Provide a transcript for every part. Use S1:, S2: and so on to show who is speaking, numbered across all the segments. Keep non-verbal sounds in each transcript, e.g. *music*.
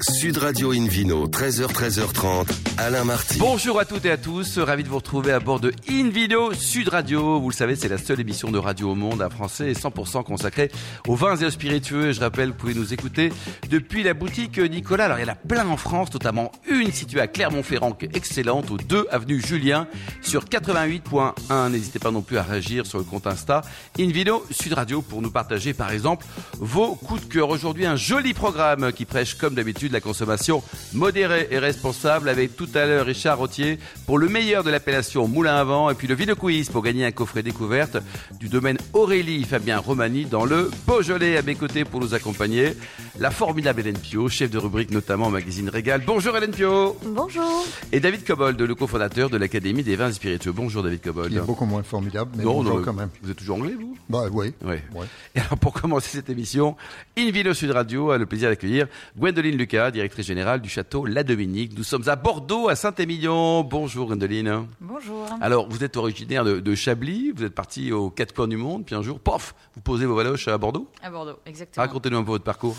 S1: Sud Radio Invino, 13h, 13h30, Alain Marty.
S2: Bonjour à toutes et à tous, ravi de vous retrouver à bord de InVideo Sud Radio. Vous le savez, c'est la seule émission de radio au monde à français et 100% consacrée aux vins et aux spiritueux. Je rappelle, vous pouvez nous écouter depuis la boutique Nicolas. Alors il y en a plein en France, notamment une située à Clermont-Ferrand qui est excellente, aux 2 avenue Julien sur 88.1. N'hésitez pas non plus à réagir sur le compte Insta InVideo Sud Radio pour nous partager par exemple vos coups de cœur. Aujourd'hui, un joli programme qui prêche comme d'habitude la consommation modérée et responsable avec tout à l'heure Richard Rottier pour le meilleur de l'appellation Moulin à Vent et puis le Vino Quiz pour gagner un coffret découverte du domaine Aurélie Fabien Romani dans le Beaujolais à mes côtés pour nous accompagner la formidable Hélène Pio, chef de rubrique notamment au magazine Régal. Bonjour Hélène Pio
S3: Bonjour.
S2: et David Cobold, le cofondateur de l'Académie des vins et spiritueux. Bonjour David
S4: Il est
S2: Cobold.
S4: beaucoup moins formidable, mais
S2: Non,
S4: bon,
S2: non,
S4: quand même.
S2: Vous êtes toujours anglais vous
S4: Bah oui.
S2: Oui.
S4: Ouais.
S2: Et alors pour commencer cette émission, Invino Sud Radio a le plaisir d'accueillir Gwendoline Lucas, directrice générale du château La Dominique. Nous sommes à Bordeaux, à Saint-Émilion. Bonjour Gwendoline.
S3: Bonjour.
S4: Ah.
S2: Alors vous êtes originaire de, de Chablis, vous êtes parti aux quatre coins du monde, puis un jour, pof, vous posez vos valoches à Bordeaux.
S3: À Bordeaux,
S4: Ah,
S3: exactement.
S2: Racontez-nous un peu votre parcours.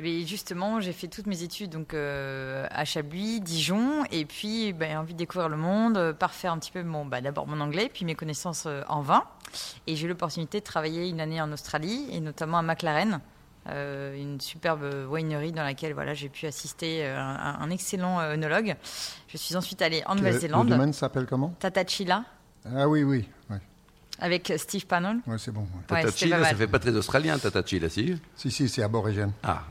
S3: Eh bien, justement, j'ai fait toutes mes études donc euh, à Chablis, Dijon, et puis ben, envie de découvrir le monde, euh, parfaire un petit peu mon, bah, d'abord mon anglais, puis mes connaissances euh, en vin. Et j'ai eu l'opportunité de travailler une année en Australie, et notamment à McLaren, euh, une superbe winery dans laquelle voilà, j'ai pu assister euh, à un, un excellent euh, œnologue. Je suis ensuite allée en
S4: Le, le
S3: Nouvelle-Zélande,
S4: domaine s'appelle comment
S3: Tatachila,
S4: Ah oui, oui. Ouais,
S3: avec Steve Pannon.
S4: Ouais, c'est bon. ouais.
S3: Ouais,
S2: Tata
S3: c'était
S2: Chila,
S3: pas mal.
S2: ça fait pas très australien, Tata Chila, si
S4: Si, si, c'est aborigène.
S2: Ah.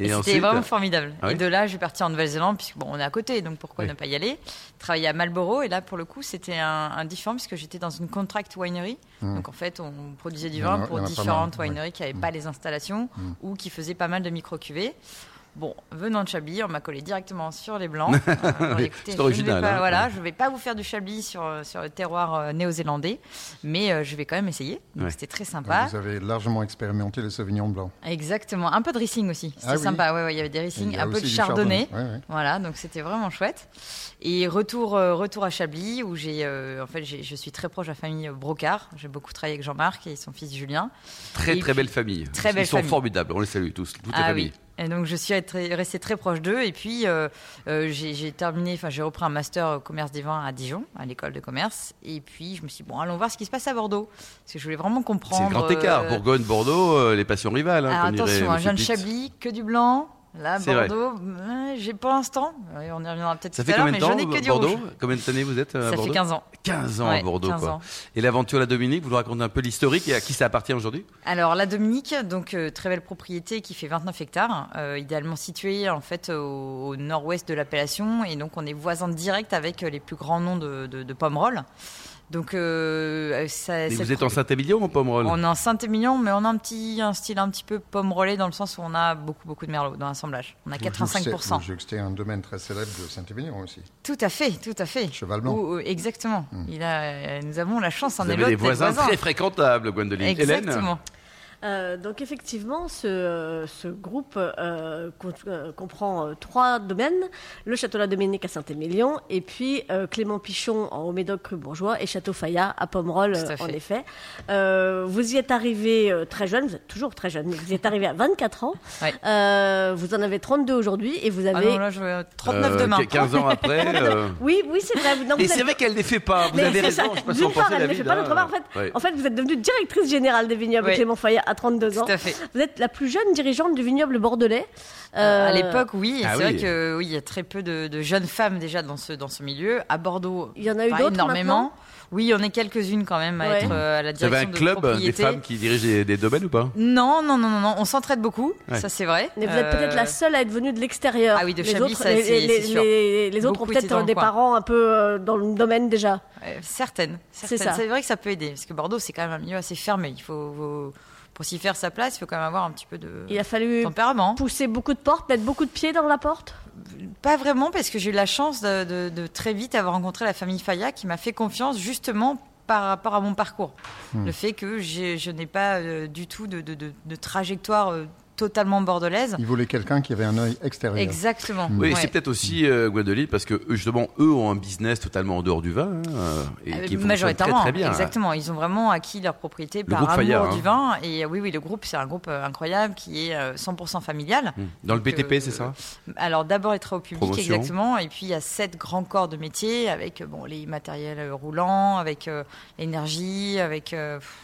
S3: Et C'était
S2: ensuite,
S3: vraiment formidable.
S2: Ah oui
S3: et de là, je suis partie en Nouvelle-Zélande, puisque bon, on est à côté, donc pourquoi
S2: Oui.
S3: ne pas y aller Travailler à Marlborough, et là, pour le coup, c'était un, un différent, puisque j'étais dans une contract winery. Donc en fait, on produisait du
S4: Il y en
S3: vin
S4: a-
S3: pour
S4: il y en a pas
S3: différentes
S4: mal, ouais.
S3: wineries qui n'avaient pas les installations ou qui faisaient pas mal de micro-cuvées. Bon, venant de Chablis, on m'a collé directement sur les blancs. Euh, alors,
S2: Oui,
S3: écoutez,
S2: c'est
S3: je ne
S2: original,
S3: vais pas,
S2: hein.
S3: voilà, je vais pas vous faire du Chablis sur, euh, sur le terroir euh, néo-zélandais, mais euh, je vais quand même essayer. Donc
S2: Ouais.
S3: c'était très
S4: Donc,
S3: sympa.
S4: Vous avez largement expérimenté le Sauvignon Blanc.
S3: Exactement, un peu de racing aussi. C'était
S4: Ah oui.
S3: sympa. Ouais, ouais, il y avait des
S4: Il
S3: racing,
S4: y a
S3: un peu
S4: aussi
S3: de
S4: du
S3: chardonnay.
S4: Ouais, ouais.
S3: Voilà, donc c'était vraiment chouette. Et retour, euh, retour à Chablis, où j'ai, euh, en fait, j'ai- je suis très proche de la famille Brocard. J'ai beaucoup travaillé avec Jean-Marc et son fils Julien.
S2: Très
S3: Et
S2: très
S3: puis-
S2: belle famille.
S3: Très belle
S2: Ils sont
S3: famille. Ah
S2: formidables, on les salue tous, toutes les familles.
S3: Et donc je suis être- restée très proche d'eux. Et puis euh, euh, j'ai j'ai terminé, enfin j'ai repris un master au commerce des vins à Dijon, à l'école de commerce. Et puis je me suis dit, bon, allons voir ce qui se passe à Bordeaux. Parce que je voulais vraiment comprendre.
S2: C'est le grand écart.
S3: euh,
S2: Bourgogne, Bordeaux, euh, les passions rivales. Hein,
S3: Alors
S2: comme dirait
S3: Ah, attention, un
S2: Monsieur
S3: jeune
S2: Pitt.
S3: Chablis, que du blanc. Là,
S2: C'est vrai.
S3: Bordeaux, euh, j'ai pour l'instant, euh, on y reviendra peut-être
S2: Ça
S3: tout
S2: fait
S3: à l'heure,
S2: combien de
S3: mais je
S2: temps
S3: n'ai que du
S2: Bordeaux
S3: rouge.
S2: Combien d'années vous êtes euh, à
S3: Ça
S2: Bordeaux
S3: fait 15 ans.
S2: 15 ans à
S3: Ouais,
S2: Bordeaux.
S3: 15
S2: quoi.
S3: ans.
S2: Et l'aventure La Dominique, vous nous racontez un peu l'historique et à qui ça appartient aujourd'hui
S3: Alors la Dominique, donc euh, très belle propriété qui fait 29 hectares, euh, idéalement située en fait au, au nord-ouest de l'appellation et donc on est voisin direct avec euh, les plus grands noms de, de, de Pomerol. Donc euh, ça,
S2: Et
S3: cette
S2: Vous êtes en Saint-Émilion ou en Pomerol
S3: On est en Saint-Émilion, mais on a un petit un style un petit peu pomerolais dans le sens où on a beaucoup beaucoup de merlot dans l'assemblage. On a
S4: Vous juxtez-
S3: 85
S4: Vous juxtez un domaine très célèbre de Saint-Émilion aussi.
S3: Tout à fait, tout à fait.
S4: Cheval Blanc.
S3: Ou- ou- exactement. Il a, euh, nous avons la chance en
S2: Hmm. Vous avez des voisins
S3: voisins.
S2: très fréquentables, Gwendoline. Hélène
S3: Exactement.
S5: Euh, donc effectivement, ce, euh, ce groupe euh, co- euh, comprend euh, trois domaines. Le château La Doménique à Saint-Émilion, et puis euh, Clément Pichon en Haut-Médoc, rue Bourgeois, et Château Fayat à Pomerol,
S3: Tout à
S5: euh, en
S3: fait.
S5: effet. Euh, vous y êtes arrivé euh, très jeune, vous êtes toujours très jeune, mais vous y êtes arrivé à 24 ans.
S3: Ouais.
S5: Euh, vous en avez 32 aujourd'hui, et vous
S3: Ah
S5: avez...
S3: non, là, je veux 39
S2: Euh,
S3: demain.
S2: 15 ans
S3: *laughs*
S2: après. euh,
S5: oui, oui, c'est vrai. vous- donc
S2: Et
S5: vous
S2: c'est
S5: êtes-
S2: vrai qu'elle ne les fait pas. Vous
S5: Mais
S2: avez
S5: c'est
S2: raison.
S5: ça.
S2: Je sais pas si
S5: D'une
S2: on
S5: part,
S2: pensait
S5: elle
S2: la
S5: ne
S2: vie,
S5: fait pas
S2: là.
S5: d'autre part. En fait,
S2: Ouais.
S5: en fait, vous êtes devenue directrice générale des vignobles
S3: Oui.
S5: Clément Fayat à 32 ans.
S3: Tout à fait.
S5: Vous êtes la plus jeune dirigeante du vignoble bordelais.
S3: Euh,
S5: Euh,
S3: à l'époque, oui. et
S2: Ah
S3: c'est
S2: oui.
S3: vrai que oui, il y a très peu de, de jeunes femmes déjà dans ce dans ce milieu. À Bordeaux,
S5: Il y en a eu
S3: pas
S5: d'autres
S3: énormément. Oui, on est quelques-unes quand même à
S5: Ouais.
S3: être euh, à la
S2: Vous avez
S3: direction
S2: un
S3: de
S2: club euh, des
S3: propriété.
S2: femmes qui dirigent des, des domaines ou pas
S3: Non, non, non, non, non, on s'entraide beaucoup.
S2: Ouais.
S3: Ça, c'est vrai.
S5: Mais vous êtes
S3: Euh,
S5: peut-être la seule à être venue de l'extérieur.
S3: Ah oui, de
S5: les
S3: Chablis,
S5: autres,
S3: ça,
S5: les,
S3: c'est-
S5: les-
S3: c'est sûr.
S5: les- les autres ont
S3: Beaucoup étaient dans
S5: peut-être
S3: le
S5: des
S3: coin.
S5: parents un peu euh, dans le domaine déjà.
S3: Euh, certaines. certaines.
S5: ça.
S3: C'est vrai que ça peut aider, parce que Bordeaux, c'est quand même un milieu assez fermé. Il faut, faut- pour s'y faire sa place, il faut quand même avoir un petit peu de
S5: Il a fallu
S3: tempérament.
S5: pousser beaucoup de portes, mettre beaucoup de pieds dans la porte.
S3: Pas vraiment, parce que j'ai eu la chance de, de- de très vite avoir rencontré la famille Faya qui m'a fait confiance justement par rapport à mon parcours. Le fait que j'ai- je n'ai pas euh, du tout de, de- de- de trajectoire euh, totalement bordelaise.
S4: Il voulait quelqu'un qui avait un œil extérieur.
S3: Exactement.
S2: Oui, Hmm. et
S3: ouais.
S2: c'est peut-être aussi euh, Guadeloupe parce que eux, justement, eux ont un business totalement en dehors du vin hein, euh, et
S3: Euh,
S2: qui fonctionne très
S3: Majoritairement,
S2: très bien. hein.
S3: exactement. Ils ont vraiment acquis leur propriété par
S2: groupe
S3: amour
S2: Fayard, hein.
S3: du vin. Et euh, oui, oui, le groupe, c'est un groupe euh, incroyable qui est euh, 100% familial.
S2: Dans le
S3: Donc,
S2: BTP,
S3: euh,
S2: c'est ça
S3: Alors d'abord, être au public,
S2: Promotion.
S3: exactement. Et puis, il y a sept grands corps de métiers avec euh, bon, les matériels euh, roulants, avec euh, l'énergie, avec euh, pff,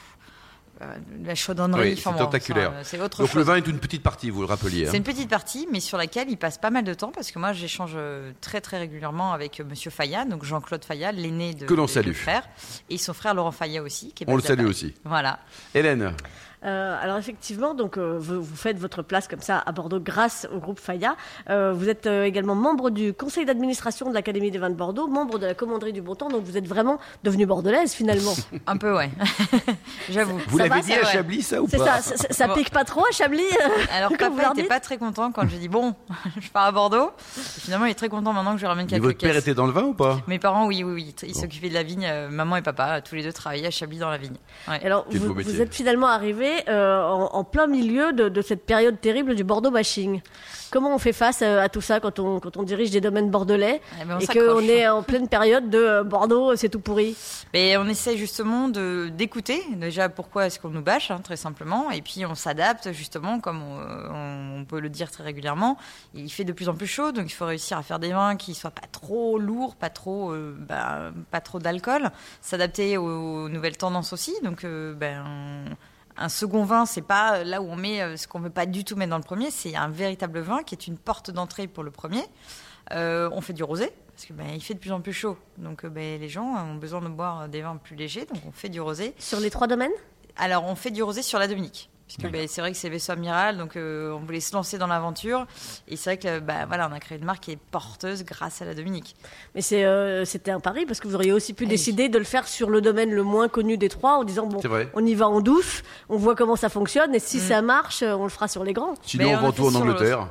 S3: euh, la chaudronnerie.
S2: Oui, c'est
S3: bon, ça,
S2: tentaculaire.
S3: euh, C'est autre
S2: Donc le
S3: chose.
S2: vin est une petite partie, vous le rappeliez. hein.
S3: C'est une petite partie, mais sur laquelle il passe pas mal de temps parce que moi j'échange euh, très très régulièrement avec euh, Monsieur Fayat, donc Jean-Claude Fayat, l'aîné de
S2: Que l'on
S3: de-
S2: salue.
S3: de frère, et son frère Laurent Fayat aussi. Qui est
S2: On le
S3: basé à
S2: salue
S3: Paris.
S2: aussi.
S3: Voilà.
S2: Hélène,
S5: Euh, alors effectivement, donc euh, vous, vous faites votre place comme ça à Bordeaux grâce au groupe Faya. Euh, vous êtes euh, également membre du conseil d'administration de l'Académie des vins de Bordeaux, membre de la commanderie du Bon Temps. Donc vous êtes vraiment devenue bordelaise finalement.
S3: Un peu, ouais. *laughs* J'avoue.
S2: vous
S5: Ça
S2: l'avez
S5: va,
S2: dit
S5: ça,
S2: à
S5: ouais.
S2: Chablis, ça ou
S5: C'est
S2: pas
S5: ça, ça, ça
S3: Bon.
S5: pique pas trop à Chablis.
S3: Alors
S5: Que vous
S3: papa
S5: leur
S3: n'était
S5: dites
S3: pas très content quand j'ai dit bon, *laughs* je pars à Bordeaux. Et finalement, il est très content maintenant que je ramène
S2: Et
S3: quelques
S2: votre père
S3: caisses.
S2: était dans le vin ou pas
S3: Mes parents, oui, oui, oui, ils
S2: Bon.
S3: s'occupaient de la vigne. euh, maman et papa, tous les deux travaillaient à Chablis dans la vigne. Ouais.
S5: Et Alors,
S2: Quel beau
S5: vous,
S2: métier.
S5: vous êtes finalement arrivé euh, en, en plein milieu de, de cette période terrible du Bordeaux bashing. Comment on fait face euh, à tout ça quand on, quand on dirige des domaines bordelais
S3: Eh ben, on
S5: et
S3: s'accroche.
S5: qu'on est en pleine période de euh, Bordeaux, c'est tout pourri
S3: Mais on essaie justement de d'écouter déjà pourquoi est-ce qu'on nous bâche, hein, très simplement, et puis on s'adapte justement, comme on, on peut le dire très régulièrement. Il fait de plus en plus chaud, donc il faut réussir à faire des vins qui soient pas trop lourds, pas trop, euh, bah, pas trop d'alcool, s'adapter aux, nouvelles tendances aussi. Donc, euh, ben. un second vin, c'est pas là où on met euh, ce qu'on veut pas du tout mettre dans le premier, c'est un véritable vin qui est une porte d'entrée pour le premier. Euh, on fait du rosé parce que ben, il fait de plus en plus chaud, donc euh, ben, les gens ont besoin de boire des vins plus légers, donc on fait du rosé.
S5: sur les trois domaines
S3: Alors on fait du rosé sur la Dominique. Parce que ben, c'est vrai que c'est vaisseau amiral, donc euh, on voulait se lancer dans l'aventure. Et c'est vrai que euh, ben, voilà, on a créé une marque qui est porteuse grâce à la Dominique.
S5: Mais c'est, euh, c'était un pari parce que vous auriez aussi pu
S3: Eh oui.
S5: décider de le faire sur le domaine le moins connu des trois en disant bon,
S2: C'est vrai.
S5: on y va en douce, on voit comment ça fonctionne et si
S3: Mm.
S5: ça marche, euh, on le fera sur les grands.
S2: Sinon,
S3: Mais
S2: on
S3: on
S2: vend
S3: a
S2: tout
S3: fait
S2: en
S3: sur le-
S2: Angleterre.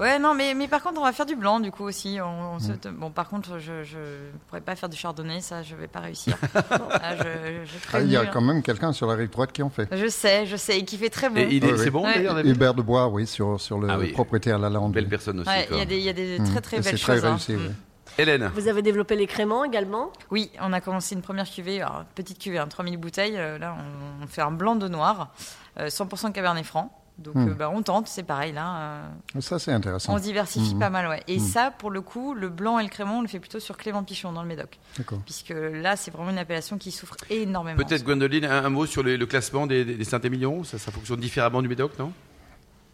S3: Ouais, non, mais, mais par contre, on va faire du blanc du coup aussi. On, on
S4: Mmh.
S3: se- Bon, par contre, je, je pourrais pas faire du chardonnay, ça, je vais
S4: *laughs*
S3: pas réussir. Ah, je, je,
S4: Ah, il y a
S3: prévenue,
S4: quand même quelqu'un sur la rive droite qui en fait.
S3: hein. je sais, je sais, et qui fait très bon.
S2: Et il est,
S4: Ah oui.
S2: c'est bon
S3: Ouais.
S2: d'ailleurs, David
S4: Hubert de Bois, oui, sur, sur le
S2: Ah oui.
S4: propriétaire La Lande.
S2: Belle personne aussi.
S3: Ouais, il
S2: quoi.
S3: y a des, il y a des très très
S4: Mmh. Et
S3: belles
S4: c'est
S3: choses.
S4: très
S3: hein.
S4: réussi, oui.
S3: Mm.
S2: Hélène,
S5: Vous avez développé les créments également.
S3: Oui, on a commencé une première cuvée, alors, une petite cuvée, hein, 3000 bouteilles. euh, là, on, on fait un blanc de noir, euh, 100% cabernet franc. Donc,
S4: Hmm.
S3: euh, bah, on tente, c'est pareil, là. euh,
S4: Ça, c'est
S3: on
S4: intéressant.
S3: diversifie
S4: Hmm.
S3: pas mal, ouais. Et ça, pour le coup, le blanc et le crémant, on le fait plutôt sur Clément Pichon, dans le Médoc.
S4: D'accord.
S3: Puisque là, c'est vraiment une appellation qui souffre énormément.
S2: peut-être Gwendoline, un, un mot sur les- le classement des, des- des Saint-Émilion ça, ça fonctionne différemment du Médoc, non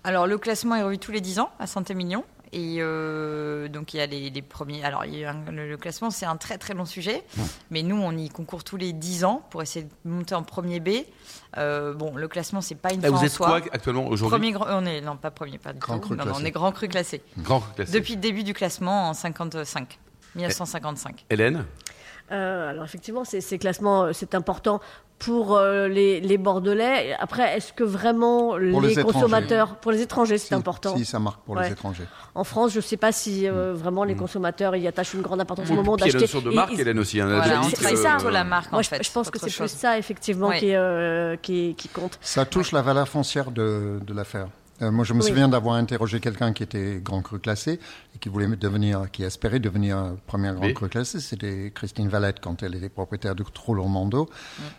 S3: Alors, le classement est revu tous les 10 ans à Saint-Émilion. Et euh, donc, il y a les, les premiers. Alors, il y a un- le, le classement, c'est un très très long sujet. Mais nous, on y concourt tous les 10 ans pour essayer de monter en premier B. Euh, bon, le classement, c'est pas une
S2: Là,
S3: fin
S2: Ah, Vous
S3: en
S2: êtes
S3: soi.
S2: quoi actuellement aujourd'hui
S3: Premier grand, on est non pas premier, pas du
S4: Grand
S3: tout.
S4: cru
S3: Non, non, on
S4: classé.
S3: est grand cru classé
S2: Grand classé.
S3: depuis le début du classement en 55,
S2: Eh.
S3: 1955.
S2: Hélène,
S5: Euh, alors effectivement, ces, ces classements, euh, c'est important pour euh, les, les Bordelais. Après, est-ce que vraiment
S4: les
S5: les,
S4: étrangers.
S5: consommateurs, pour les étrangers, c'est
S4: Si-
S5: important
S4: Si, Mm. ça marque pour
S5: Ouais.
S4: les étrangers.
S5: En France, je ne sais pas si euh, vraiment les consommateurs y attachent une grande importance au moment
S2: puis il y a la
S5: d'acheter.
S2: notion de
S5: Ils-
S2: marque,
S5: ils-
S2: Hélène aussi. hein, elle a
S3: Voilà,
S2: déjà
S3: on
S2: dit
S3: travaille
S2: que- euh,
S5: ça.
S3: plutôt la marque
S5: Moi,
S3: en
S5: je,
S3: fait.
S5: je pense que
S3: autre
S5: c'est plus
S3: chose.
S5: ça effectivement
S3: Ouais.
S5: qui, euh, qui, qui compte.
S4: Ça touche la valeur foncière de, de l'affaire. Euh, moi, je me
S5: Oui.
S4: souviens d'avoir interrogé quelqu'un qui était grand cru classé et qui voulait devenir, qui aspirait devenir première grand
S2: Oui.
S4: cru classé. C'était Christine Valette quand elle était propriétaire du Trou Normando.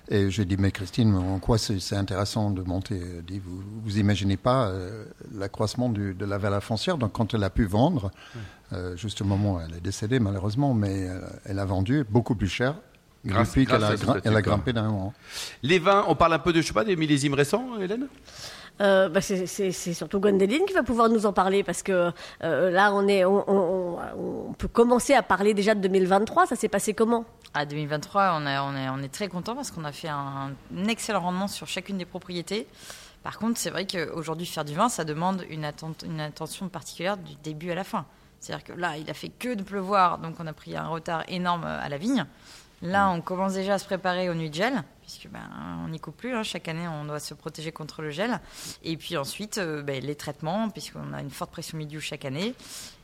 S4: Et j'ai dit, mais Christine, en quoi c'est c'est intéressant de monter Elle dit, vous, vous imaginez pas euh, l'accroissement du- de la valeur foncière. Donc, quand elle a pu vendre, euh, juste au moment où elle est décédée, malheureusement, mais euh, elle a vendu beaucoup plus cher.
S2: Grâce-
S4: depuis
S2: grâce à
S4: qu'elle a,
S2: ce
S4: grim-
S2: statut,
S4: elle a
S2: quoi.
S4: grimpé d'un moment.
S2: Les vins, on parle un peu de, je sais pas, des millésimes récents, Hélène
S5: Euh, bah, c'est- c'est c'est surtout Gwendoline qui va pouvoir nous en parler parce que euh, là on est on, on- on- on peut commencer à parler déjà de 2023 ça s'est passé comment
S3: À 2023, on, a- on est, on est très content parce qu'on a fait un, un excellent rendement sur chacune des propriétés. Par contre, c'est vrai qu'aujourd'hui, faire du vin, ça demande une, attente- une attention particulière du début à la fin. C'est-à-dire que là, il a fait que de pleuvoir, donc on a pris un retard énorme à la vigne. Là, on commence déjà à se préparer aux nuits de gel, puisque ben, on n'y coupe plus. hein. Chaque année, on doit se protéger contre le gel. Et puis ensuite, euh, ben, les traitements, puisqu'on a une forte pression milieu chaque année,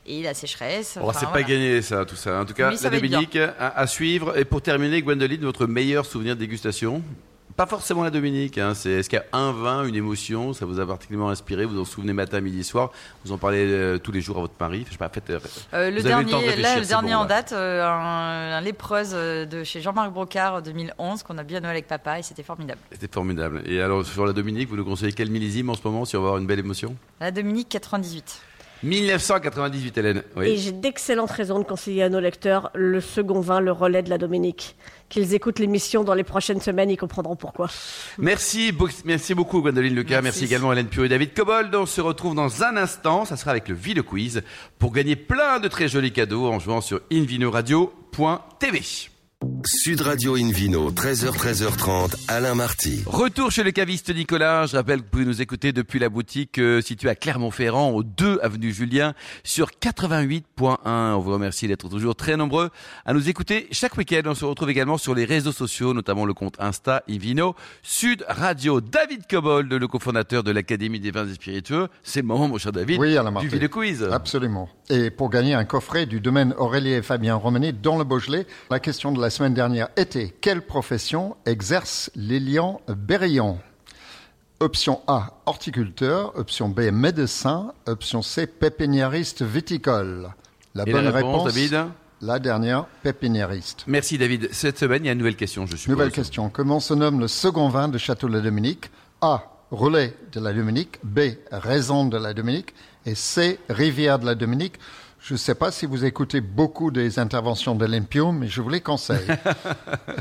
S3: et la sécheresse.
S2: Oh,
S3: Enfin,
S2: c'est pas
S3: voilà.
S2: gagné ça, tout ça. En tout cas,
S3: Mais ça
S2: la
S3: va être
S2: Dominique à, à suivre. Et pour terminer, Gwendoline, votre meilleur souvenir de dégustation Pas forcément la Dominique. hein. C'est, est-ce qu'il y a un vin, une émotion Ça vous a particulièrement inspiré Vous vous en souvenez matin, midi, soir Vous en parlez euh, tous les jours à votre mari Enfin, Je sais pas, faites, euh,
S3: Euh,
S2: Vous avez eu
S3: le
S2: le
S3: dernier,
S2: temps de réfléchir,
S3: là, le
S2: c'est
S3: dernier
S2: bon,
S3: en
S2: là.
S3: date, euh, un, un lépreuse euh, de chez Jean-Marc Brocard euh, en 2011 qu'on a bien Noël avec papa et c'était formidable.
S2: C'était formidable. Et alors, sur la Dominique, vous nous conseillez quel millésime en ce moment si on veut avoir une belle émotion
S3: La Dominique 98.
S2: 1998, Hélène.
S5: Et
S2: Oui.
S5: j'ai d'excellentes raisons de conseiller à nos lecteurs le second vin, le relais de la Dominique. Qu'ils écoutent l'émission dans les prochaines semaines, ils comprendront pourquoi.
S2: Merci, beau- merci beaucoup, Gwendoline Lucas. Merci,
S3: Merci.
S2: également, Hélène Pieux et David Cobold. On se retrouve dans un instant. Ça sera avec le Ville Quiz pour gagner plein de très jolis cadeaux en jouant sur invinoradio.tv.
S1: Sud Radio Invino, 13h, 13h30, Alain Marty.
S2: Retour chez le caviste Nicolas. Je rappelle que vous pouvez nous écouter depuis la boutique euh, située à Clermont-Ferrand, au 2 avenue Julien, sur 88.1. On vous remercie d'être toujours très nombreux à nous écouter chaque week-end. On se retrouve également sur les réseaux sociaux, notamment le compte Insta Invino Sud Radio. David Cobold, le cofondateur de l'Académie des vins et spiritueux. C'est le moment, mon cher David,
S4: Oui, Ah, Alain
S2: du
S4: Marty.
S2: Ville Quiz.
S4: Absolument. Et pour gagner un coffret du domaine Aurélie et Fabien Romanet dans le Beaujolais, la question de la semaine dernière était quelle profession exerce Lélian Berrillon Option A, horticulteur. Option B, médecin. Option C, pépiniériste viticole. La
S2: Et
S4: bonne
S2: la réponse, David
S4: la dernière, pépiniériste.
S2: Merci, David. Cette semaine, il y a une nouvelle question, je suppose.
S4: Nouvelle question. Comment se nomme le second vin de Château de la Dominique A. Relais de la Dominique. B. Raison de la Dominique. Et C. Rivière de la Dominique. Je ne sais pas si vous écoutez beaucoup des interventions de l'Empio, mais je vous les
S6: *laughs*
S4: conseille.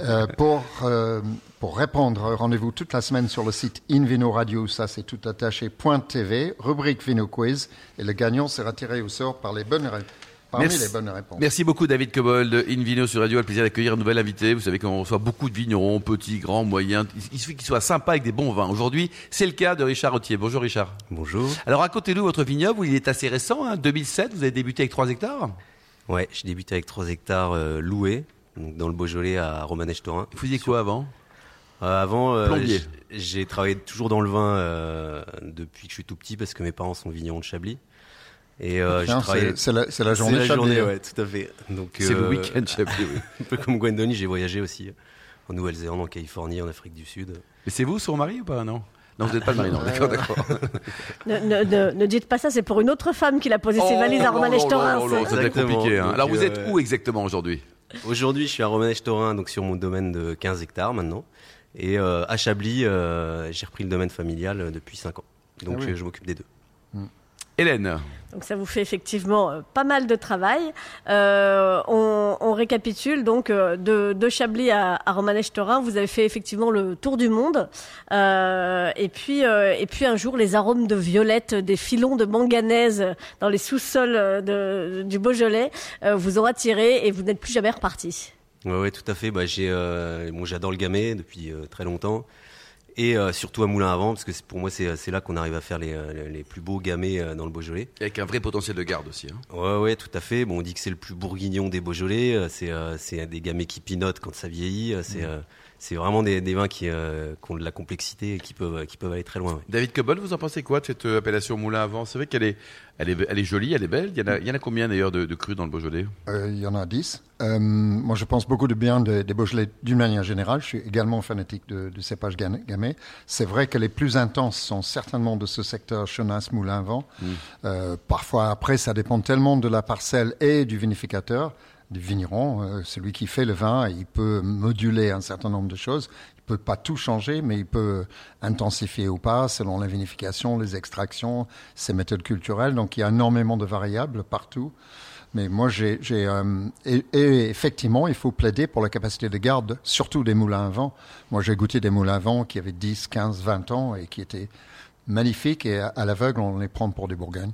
S4: Euh, pour, euh, pour répondre, rendez-vous toute la semaine sur le site Invino Radio, ça c'est tout attaché, point .tv, rubrique Vino Quiz, et le gagnant sera tiré au sort par les bonnes ré- parmi
S2: Merci.
S4: les bonnes réponses.
S2: Merci beaucoup David Cobold, Invino sur Radio, a le plaisir d'accueillir un nouvel invité. Vous savez qu'on reçoit beaucoup de vignerons, petits, grands, moyens. Il- Il suffit qu'ils soient sympas avec des bons vins. Aujourd'hui, c'est le cas de Richard Autier. Bonjour Richard.
S6: Bonjour.
S2: Alors racontez-nous votre vignoble, il est assez récent, hein, 2007, vous avez débuté avec 3 hectares.
S6: Ouais, j'ai débuté avec 3 hectares euh, loués, donc dans le Beaujolais à Romanèche-Torin.
S2: Vous faisiez quoi avant
S6: Euh, avant, euh,
S2: Plombier.
S6: j- j'ai travaillé toujours dans le vin euh, depuis que je suis tout petit parce que mes parents sont vignerons de Chablis. Et euh, j'ai
S4: Tiens,
S6: travaillé.
S4: Hein, c'est- C'est la, c'est la
S6: C'est
S4: journée
S6: la
S4: Chablis. hein.
S6: journée, ouais, tout à fait. Donc,
S2: C'est le
S6: euh,
S2: week-end, Chablis, oui.
S6: Un peu comme Gwendoni, j'ai voyagé aussi euh, en Nouvelle-Zélande, en Californie, en Afrique du Sud.
S2: *laughs* Mais c'est vous, son mari ou pas Non Non, vous n'êtes pas le mari, non, d'accord, d'accord.
S5: Ne, ne- ne- ne dites pas ça, c'est pour une autre femme qu'il a posé ses
S2: Oh,
S5: valises à
S2: oh, oh, oh,
S5: Romanèche-Torin.
S2: oh, oh, Ça devient
S6: Exactement.
S2: compliqué. hein.
S6: Donc,
S2: Alors vous
S6: euh,
S2: êtes où exactement aujourd'hui
S6: Aujourd'hui, je suis à Romanèche-Torin, donc sur mon domaine de 15 hectares maintenant. Et euh, à Chablis, euh, j'ai repris le domaine familial euh, depuis 5 ans. Donc
S4: Ah oui.
S6: euh, je m'occupe des deux.
S2: Hélène,
S5: Donc ça vous fait effectivement euh, pas mal de travail. Euh, on, on récapitule donc euh, de, de Chablis à, à Romanèche-Torin, vous avez fait effectivement le tour du monde. Euh, et puis euh, et puis un jour les arômes de violette, des filons de manganèse dans les sous-sols euh, de- du Beaujolais euh, vous ont attiré et vous n'êtes plus jamais reparti.
S6: Ouais, ouais, tout à fait. Bah, j'ai, euh, bon, j'adore le gamay depuis euh, très longtemps. Et euh, surtout à Moulin avant, parce que c'est- pour moi, c'est, c'est là qu'on arrive à faire les, euh, les- les plus beaux gamets euh, dans le Beaujolais.
S2: avec un vrai potentiel de garde aussi. hein.
S6: Ouais, ouais, tout à fait. Bon, on dit que c'est le plus bourguignon des Beaujolais. euh, C'est, euh, c'est des gamets qui pinotent quand ça vieillit. euh, C'est, euh, c'est vraiment des, des vins qui, euh, qui ont de la complexité et qui peuvent, qui peuvent aller très loin. ouais.
S2: David Cobold, vous en pensez quoi de cette euh, appellation Moulin à Vent C'est vrai qu'elle est, elle est, elle est jolie, elle est belle. Il y en a, il y en a combien d'ailleurs de, de crus dans le Beaujolais
S4: Euh, Il y en a 10. Euh, moi, je pense beaucoup de bien des, des Beaujolais d'une manière générale. Je suis également fanatique de, du cépage gam- gamay. C'est vrai que les plus intenses sont certainement de ce secteur Chenas, Moulin, Vent. Euh, parfois, après, ça dépend tellement de la parcelle et du vinificateur, du vigneron. Euh, celui qui fait le vin, il peut moduler un certain nombre de choses. Il peut pas tout changer, mais il peut intensifier ou pas selon la vinification, les extractions, ses méthodes culturelles. Donc, il y a énormément de variables partout. Mais moi, j'ai, j'ai, euh, et, et effectivement, il faut plaider pour la capacité de garde, surtout des moulins à vent. Moi, j'ai goûté des moulins à vent qui avaient 10, 15, 20 ans et qui étaient magnifiques. Et à, à l'aveugle, on les prend pour des bourgognes.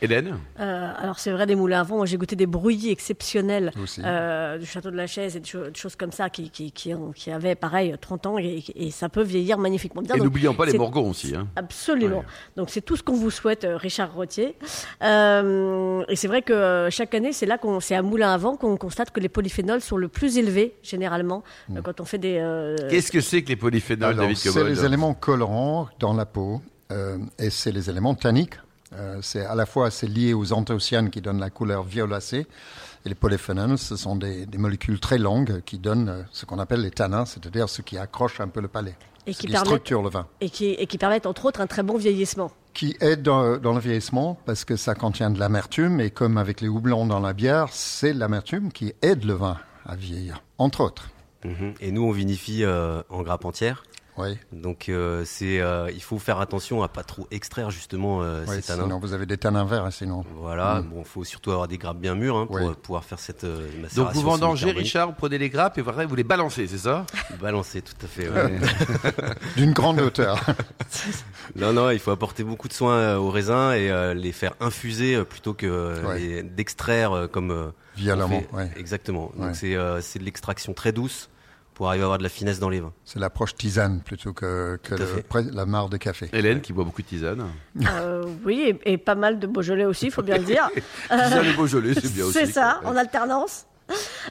S2: Hélène
S5: Euh, alors c'est vrai des moulins à vent, j'ai goûté des brouillis exceptionnels
S4: Aussi.
S5: euh, du château de la Chaise et des, cho- des choses comme ça qui, qui, qui, ont- qui avaient pareil 30 ans et, et ça peut vieillir magnifiquement bien.
S2: Et
S5: Donc,
S2: n'oublions pas les
S5: c'est-
S2: Morgons aussi. hein.
S5: Absolument.
S2: Ouais.
S5: Donc c'est tout ce qu'on vous souhaite, euh, Richard Rottier. Euh, et c'est vrai que euh, chaque année, c'est là qu'on, c'est à Moulin à Vent qu'on constate que les polyphénols sont le plus élevés généralement euh, quand on fait des. euh,
S2: Mmh. Qu'est-ce que c'est que les polyphénols,
S4: Alors,
S2: David
S4: c'est
S2: Cobold
S4: les éléments colorants dans la peau euh, et c'est les éléments tanniques Euh, c'est à la fois c'est lié aux anthocyanes qui donnent la couleur violacée et les polyphénols, ce sont des, des molécules très longues qui donnent euh, ce qu'on appelle les tanins, c'est-à-dire ce qui accroche un peu le palais,
S5: Et
S4: ce
S5: qui
S4: qui,
S5: permettent-
S4: structure le vin,
S5: Et qui, et qui permettent entre autres un très bon
S2: *laughs*
S5: vieillissement.
S4: qui aide dans, dans le vieillissement parce que ça contient de l'amertume et comme avec les houblons dans la bière, c'est l'amertume qui aide le vin à vieillir, entre autres.
S6: Mhm. Et nous, on vinifie euh, en grappe entière.
S4: Oui.
S6: Donc, euh, c'est, euh, il faut faire attention à pas trop extraire justement euh,
S4: Oui,
S6: ces tanins.
S4: sinon vous avez des tanins verts, hein, sinon.
S6: Voilà, bon, faut surtout avoir des grappes bien mûres hein, pour
S4: Ouais.
S6: euh, pouvoir faire cette euh, macération.
S4: Ah,
S2: Donc vous vendangez,
S6: semi-carbonique.
S2: Richard, vous prenez les grappes et après, vous les balancez, c'est ça
S6: Balancer, tout à fait. ouais.
S4: D'une grande hauteur.
S6: *laughs* non, non, il faut apporter beaucoup de soin euh, aux raisins et euh, les faire infuser euh, plutôt que euh,
S4: Ouais.
S6: les- d'extraire euh, comme. euh,
S4: Violemment,
S6: on fait.
S4: ouais.
S6: Exactement.
S4: Ouais.
S6: Donc c'est euh, c'est de l'extraction très douce pour arriver à avoir de la finesse dans les vins.
S4: C'est l'approche tisane plutôt que, que
S6: Tout à
S4: le-
S6: fait.
S4: près- la mare de café.
S2: Hélène, qui boit beaucoup de tisane.
S5: Euh, oui, et, et pas mal de Beaujolais aussi, il faut bien le dire.
S2: Tisane et Beaujolais, c'est bien aussi.
S5: C'est ça,
S2: quoi.
S5: en alternance.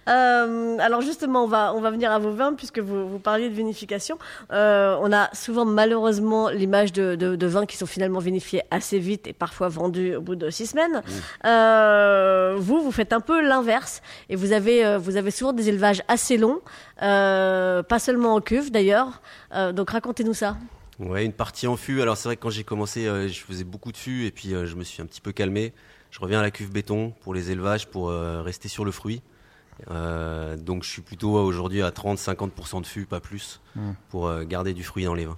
S5: Euh, alors justement, on va, on va venir à vos vins puisque vous, vous parliez de vinification. Euh, on a souvent malheureusement l'image de, de, de vins qui sont finalement vinifiés assez vite et parfois vendus au bout de six semaines. Euh, vous, vous faites un peu l'inverse et vous avez, euh, vous avez souvent des élevages assez longs, euh, pas seulement en cuve d'ailleurs. Euh, donc racontez-nous ça.
S6: Ouais, une partie en fût. Alors c'est vrai que quand j'ai commencé, euh, je faisais beaucoup de fût et puis euh, je me suis un petit peu calmé. Je reviens à la cuve béton pour les élevages, pour euh, rester sur le fruit. Euh, donc je suis plutôt euh, aujourd'hui à 30-50% de fût, pas plus, pour euh, garder du fruit dans les vins.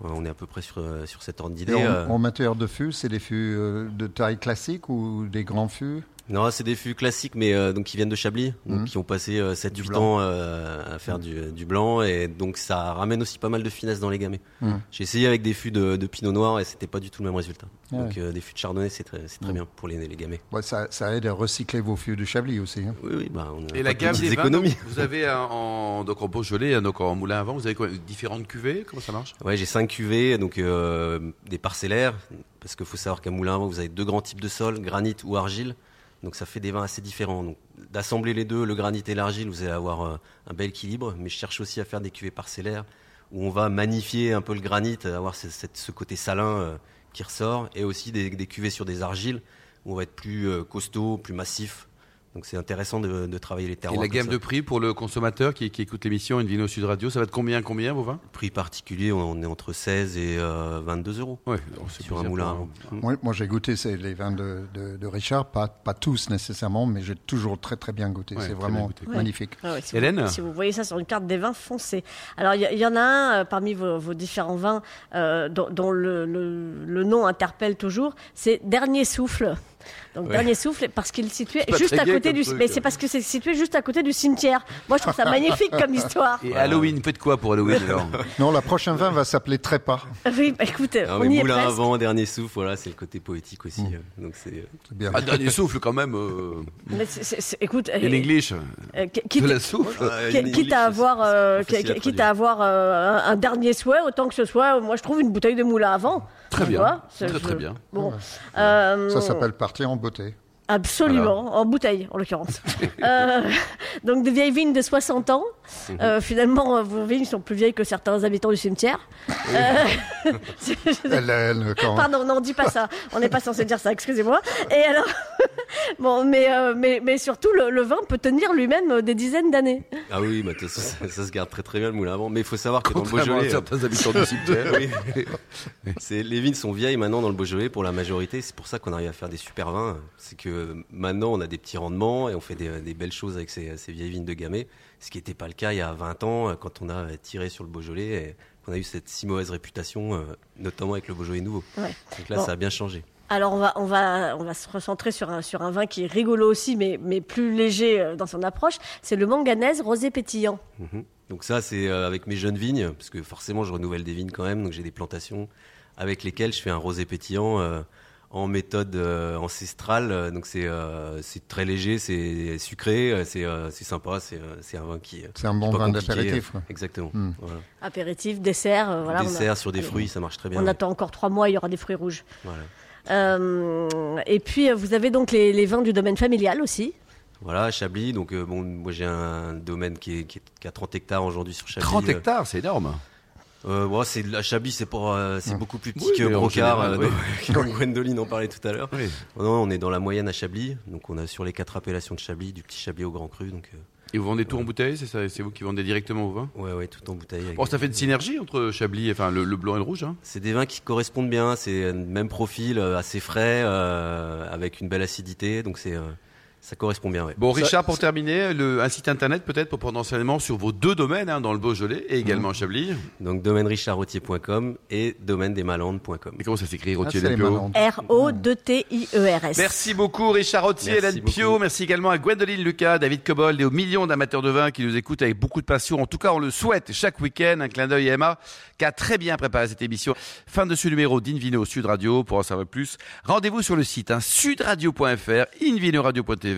S6: Ouais, on est à peu près sur, euh, sur cet ordre
S4: Et
S6: d'idée.
S4: en,
S6: euh.
S4: en matière de fûts, c'est des fûts euh, de taille classique ou des grands fûts
S6: Non, c'est des fûts classiques, mais euh, donc qui viennent de Chablis, donc
S4: Mhm.
S6: qui ont passé euh, 7-8
S4: blanc. Mmh.
S6: ans euh, à faire du, du blanc, et donc ça ramène aussi pas mal de finesse dans les gamets.
S4: Mhm.
S6: J'ai essayé avec des fûts de, de pinot noir et c'était pas du tout le même résultat.
S4: Ah Mmh.
S6: donc euh, des fûts de chardonnay, c'est très, c'est très bien pour les, les gamets.
S4: Ouais, ça, ça aide à recycler vos fûts de Chablis aussi. hein.
S6: Oui, oui, bah on a
S2: Et la
S6: pas de
S2: gamme
S6: petites
S2: des vins,
S6: économies.
S2: donc, vous avez un- en, donc en Beaujolais, un- donc en moulin à vent, vous avez quoi, différentes cuvées Comment ça marche
S6: Ouais, j'ai 5 cuvées, donc euh, des parcellaires, parce qu'il faut savoir qu'à Moulin, à Vent, vous avez deux grands types de sol, granit ou argile, donc ça fait des vins assez différents. Donc d'assembler les deux, le granit et l'argile, vous allez avoir euh, un bel équilibre, mais je cherche aussi à faire des cuvées parcellaires où on va magnifier un peu le granit, avoir ce, cette- ce côté salin euh, qui ressort, et aussi des, des cuvées sur des argiles où on va être plus euh, costaud, plus massif. Donc c'est intéressant de, de travailler les terroirs.
S2: Et la
S6: comme
S2: gamme
S6: ça.
S2: de prix pour le consommateur qui, qui écoute l'émission Une Vino Sud Radio, ça va être combien, combien vos vins
S6: prix particulier, on est entre 16 et euh, 22 euros
S2: ouais, c'est
S6: sur un
S2: plaisir
S6: moulin. à
S2: pour-
S6: vent.
S4: Moi, moi, j'ai goûté ces- les vins de, de- de Richard, pas, pas tous nécessairement, mais j'ai toujours très très bien goûté.
S2: Ouais,
S4: c'est
S2: très bien
S4: vraiment
S2: goûté.
S4: magnifique.
S5: Ah ouais, si vous-
S2: Hélène
S5: Si vous voyez ça sur une carte des vins foncés. Alors, il y, a- il y en a un euh, parmi vos, vos différents vins euh, dont, dont le, le- le nom interpelle toujours, c'est Dernier Souffle. Donc,
S6: Ouais.
S5: Dernier Souffle, parce qu'il est situé
S2: pas
S5: juste
S2: très
S5: à
S2: gai
S5: côté
S2: comme
S5: du...
S2: truc,
S5: Mais
S2: ouais.
S5: c'est parce que c'est situé juste à côté du cimetière. Moi, je trouve ça magnifique
S2: *laughs*
S5: comme histoire.
S2: Et Halloween, faites quoi pour *laughs* Halloween alors
S4: Non, la prochaine vin va s'appeler Trépas.
S5: Oui, bah, écoute,
S6: Non,
S5: on
S6: mais
S5: y est
S6: moulin
S5: presque.
S6: avant, dernier souffle, voilà, c'est le côté poétique aussi.
S2: Mm.
S6: euh, Donc c'est
S4: C'est bien.
S2: Un Ah, dernier souffle quand même. euh,
S5: Mais c'est- c'est- c'est- écoute, euh,
S2: in English,
S5: euh, qui-
S2: de
S5: quitte-
S2: la souffle.
S5: qui- Quitte à avoir, euh, qui- qui- quitte à avoir euh, un, un dernier souhait, autant que ce soit, euh, moi je trouve une bouteille de moulin avant.
S2: Très
S5: Tu
S2: bien.
S5: vois, c'est-
S2: Très très
S5: je-
S2: bien.
S5: Bon, euh,
S4: Ah, Ça s'appelle partir en beauté.
S5: Absolument, en bouteille en
S4: *laughs*
S5: l'occurrence. Euh, donc des vieilles vignes de 60 ans.
S4: Mhm.
S5: Euh, finalement, euh, vos vignes sont plus vieilles que certains habitants du cimetière.
S4: *laughs*
S5: Euh, *laughs*
S4: Hélène, quand-
S5: Pardon, non, dis pas ça. On n'est pas censé dire ça, excusez-moi. Et alors, *laughs* bon, mais, euh, mais, mais surtout, le, le vin peut tenir lui-même euh, des dizaines d'années.
S6: Ah oui, bah, de toute façon, ça, ça se garde très très bien le moulin avant. Mais il faut savoir que dans le
S2: Contrairement à
S6: Beaujolais, euh,
S2: certains habitants du cimetière. *laughs*
S6: c'est- les vignes sont vieilles maintenant dans le Beaujolais pour la majorité. C'est pour ça qu'on arrive à faire des super vins. C'est que maintenant on a des petits rendements et on fait des, des belles choses avec ces, ces vieilles vignes de Gamay, ce qui n'était pas le cas il y a 20 ans euh, quand on a tiré sur le Beaujolais et qu'on a eu cette si mauvaise réputation, euh, notamment avec le Beaujolais nouveau.
S5: Ouais.
S6: Donc là,
S5: Bon.
S6: ça a bien changé.
S5: Alors on va, on va, on va se recentrer sur un, sur un vin qui est rigolo aussi, mais, mais plus léger euh, dans son approche. C'est le manganèse rosé pétillant.
S6: Mhm. Donc ça, c'est euh, avec mes jeunes vignes, parce que forcément, je renouvelle des vignes quand même, donc j'ai des plantations avec lesquelles je fais un rosé pétillant euh, en méthode euh, ancestrale. euh, Donc c'est euh, c'est très léger, c'est sucré, euh, c'est euh, c'est sympa, c'est euh, c'est un vin qui... euh,
S4: C'est un bon
S6: pas
S4: vin
S6: compliqué,
S2: hein.
S4: d'apéritif. Hmm.
S6: euh, Exactement. Voilà.
S5: Apéritif, dessert, euh, voilà. on a-
S6: Dessert sur des
S5: Allez.
S6: fruits, ça marche très bien.
S5: On attend encore trois mois, il y aura des fruits rouges.
S6: Voilà.
S5: Euh, et puis, euh, vous avez donc les, les vins du domaine familial aussi.
S6: Voilà, Chablis, donc euh, bon, moi j'ai un domaine qui, est, qui, est- qui a 30 hectares aujourd'hui sur Chablis.
S2: 30
S6: euh,
S2: hectares, c'est énorme.
S6: Euh, ouais, c'est la Chablis, c'est pour, euh, c'est beaucoup plus petit
S2: Oui,
S6: que
S2: mais en
S6: Brocard.
S2: général,
S6: euh, *laughs* dont- dont Gwendoline en parlait tout à l'heure.
S2: Oui.
S6: Non, on est dans la moyenne à Chablis, donc on a sur les quatre appellations de Chablis, du petit Chablis au Grand Cru, donc euh,
S2: Et vous vendez tout en bouteille, c'est ça C'est vous qui vendez directement au vin
S6: ouais, ouais, tout en bouteille. avec-
S2: Bon, Oh, ça fait une synergie entre Chablis, enfin le, le blanc et le rouge. Hein.
S6: C'est des vins qui correspondent bien, c'est le même profil, euh, assez frais, euh, avec une belle acidité, donc c'est, euh, ça correspond bien. Ouais.
S2: Bon, Richard, pour terminer, le, un site internet peut-être pour prendre enseignement sur vos deux domaines, hein, dans le Beaujolais et également à Chablis.
S6: Donc domaine richardrotier.com et domaine des malandes.com.
S2: Mais comment ça s'écrit,
S4: Ah,
S2: Rotier
S4: c'est les
S2: Delpio
S5: Eh,
S4: Malandes.
S5: R-O-D-T-I-E-R-S.
S2: Merci beaucoup Richard Rottier,
S6: Merci
S2: Hélène Pio,
S6: beaucoup.
S2: merci également à Gwendoline Lucas, David Cobold et aux millions d'amateurs de vin qui nous écoutent avec beaucoup de passion. En tout cas, on le souhaite chaque week-end. Un clin d'œil à Emma qui a très bien préparé cette émission. Fin de ce numéro d'Invino Sud Radio. Pour en savoir plus, rendez-vous sur le site hein, sudradio.fr, invinoradio.tv,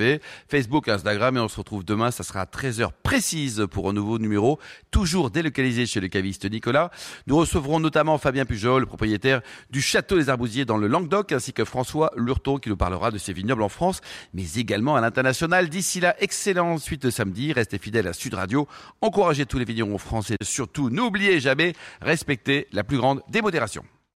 S2: Facebook, Instagram et on se retrouve demain. Ça sera à 13h précise pour un nouveau numéro, toujours délocalisé chez le caviste Nicolas. Nous recevrons notamment Fabien Pujol, le propriétaire du château des Arbousiers dans le Languedoc, ainsi que François Lurton qui nous parlera de ses vignobles en France, mais également à l'international. D'ici là, excellente suite de samedi. Restez fidèles à Sud Radio. Encouragez tous les vignerons français. Surtout, n'oubliez jamais, respectez la plus grande démodération.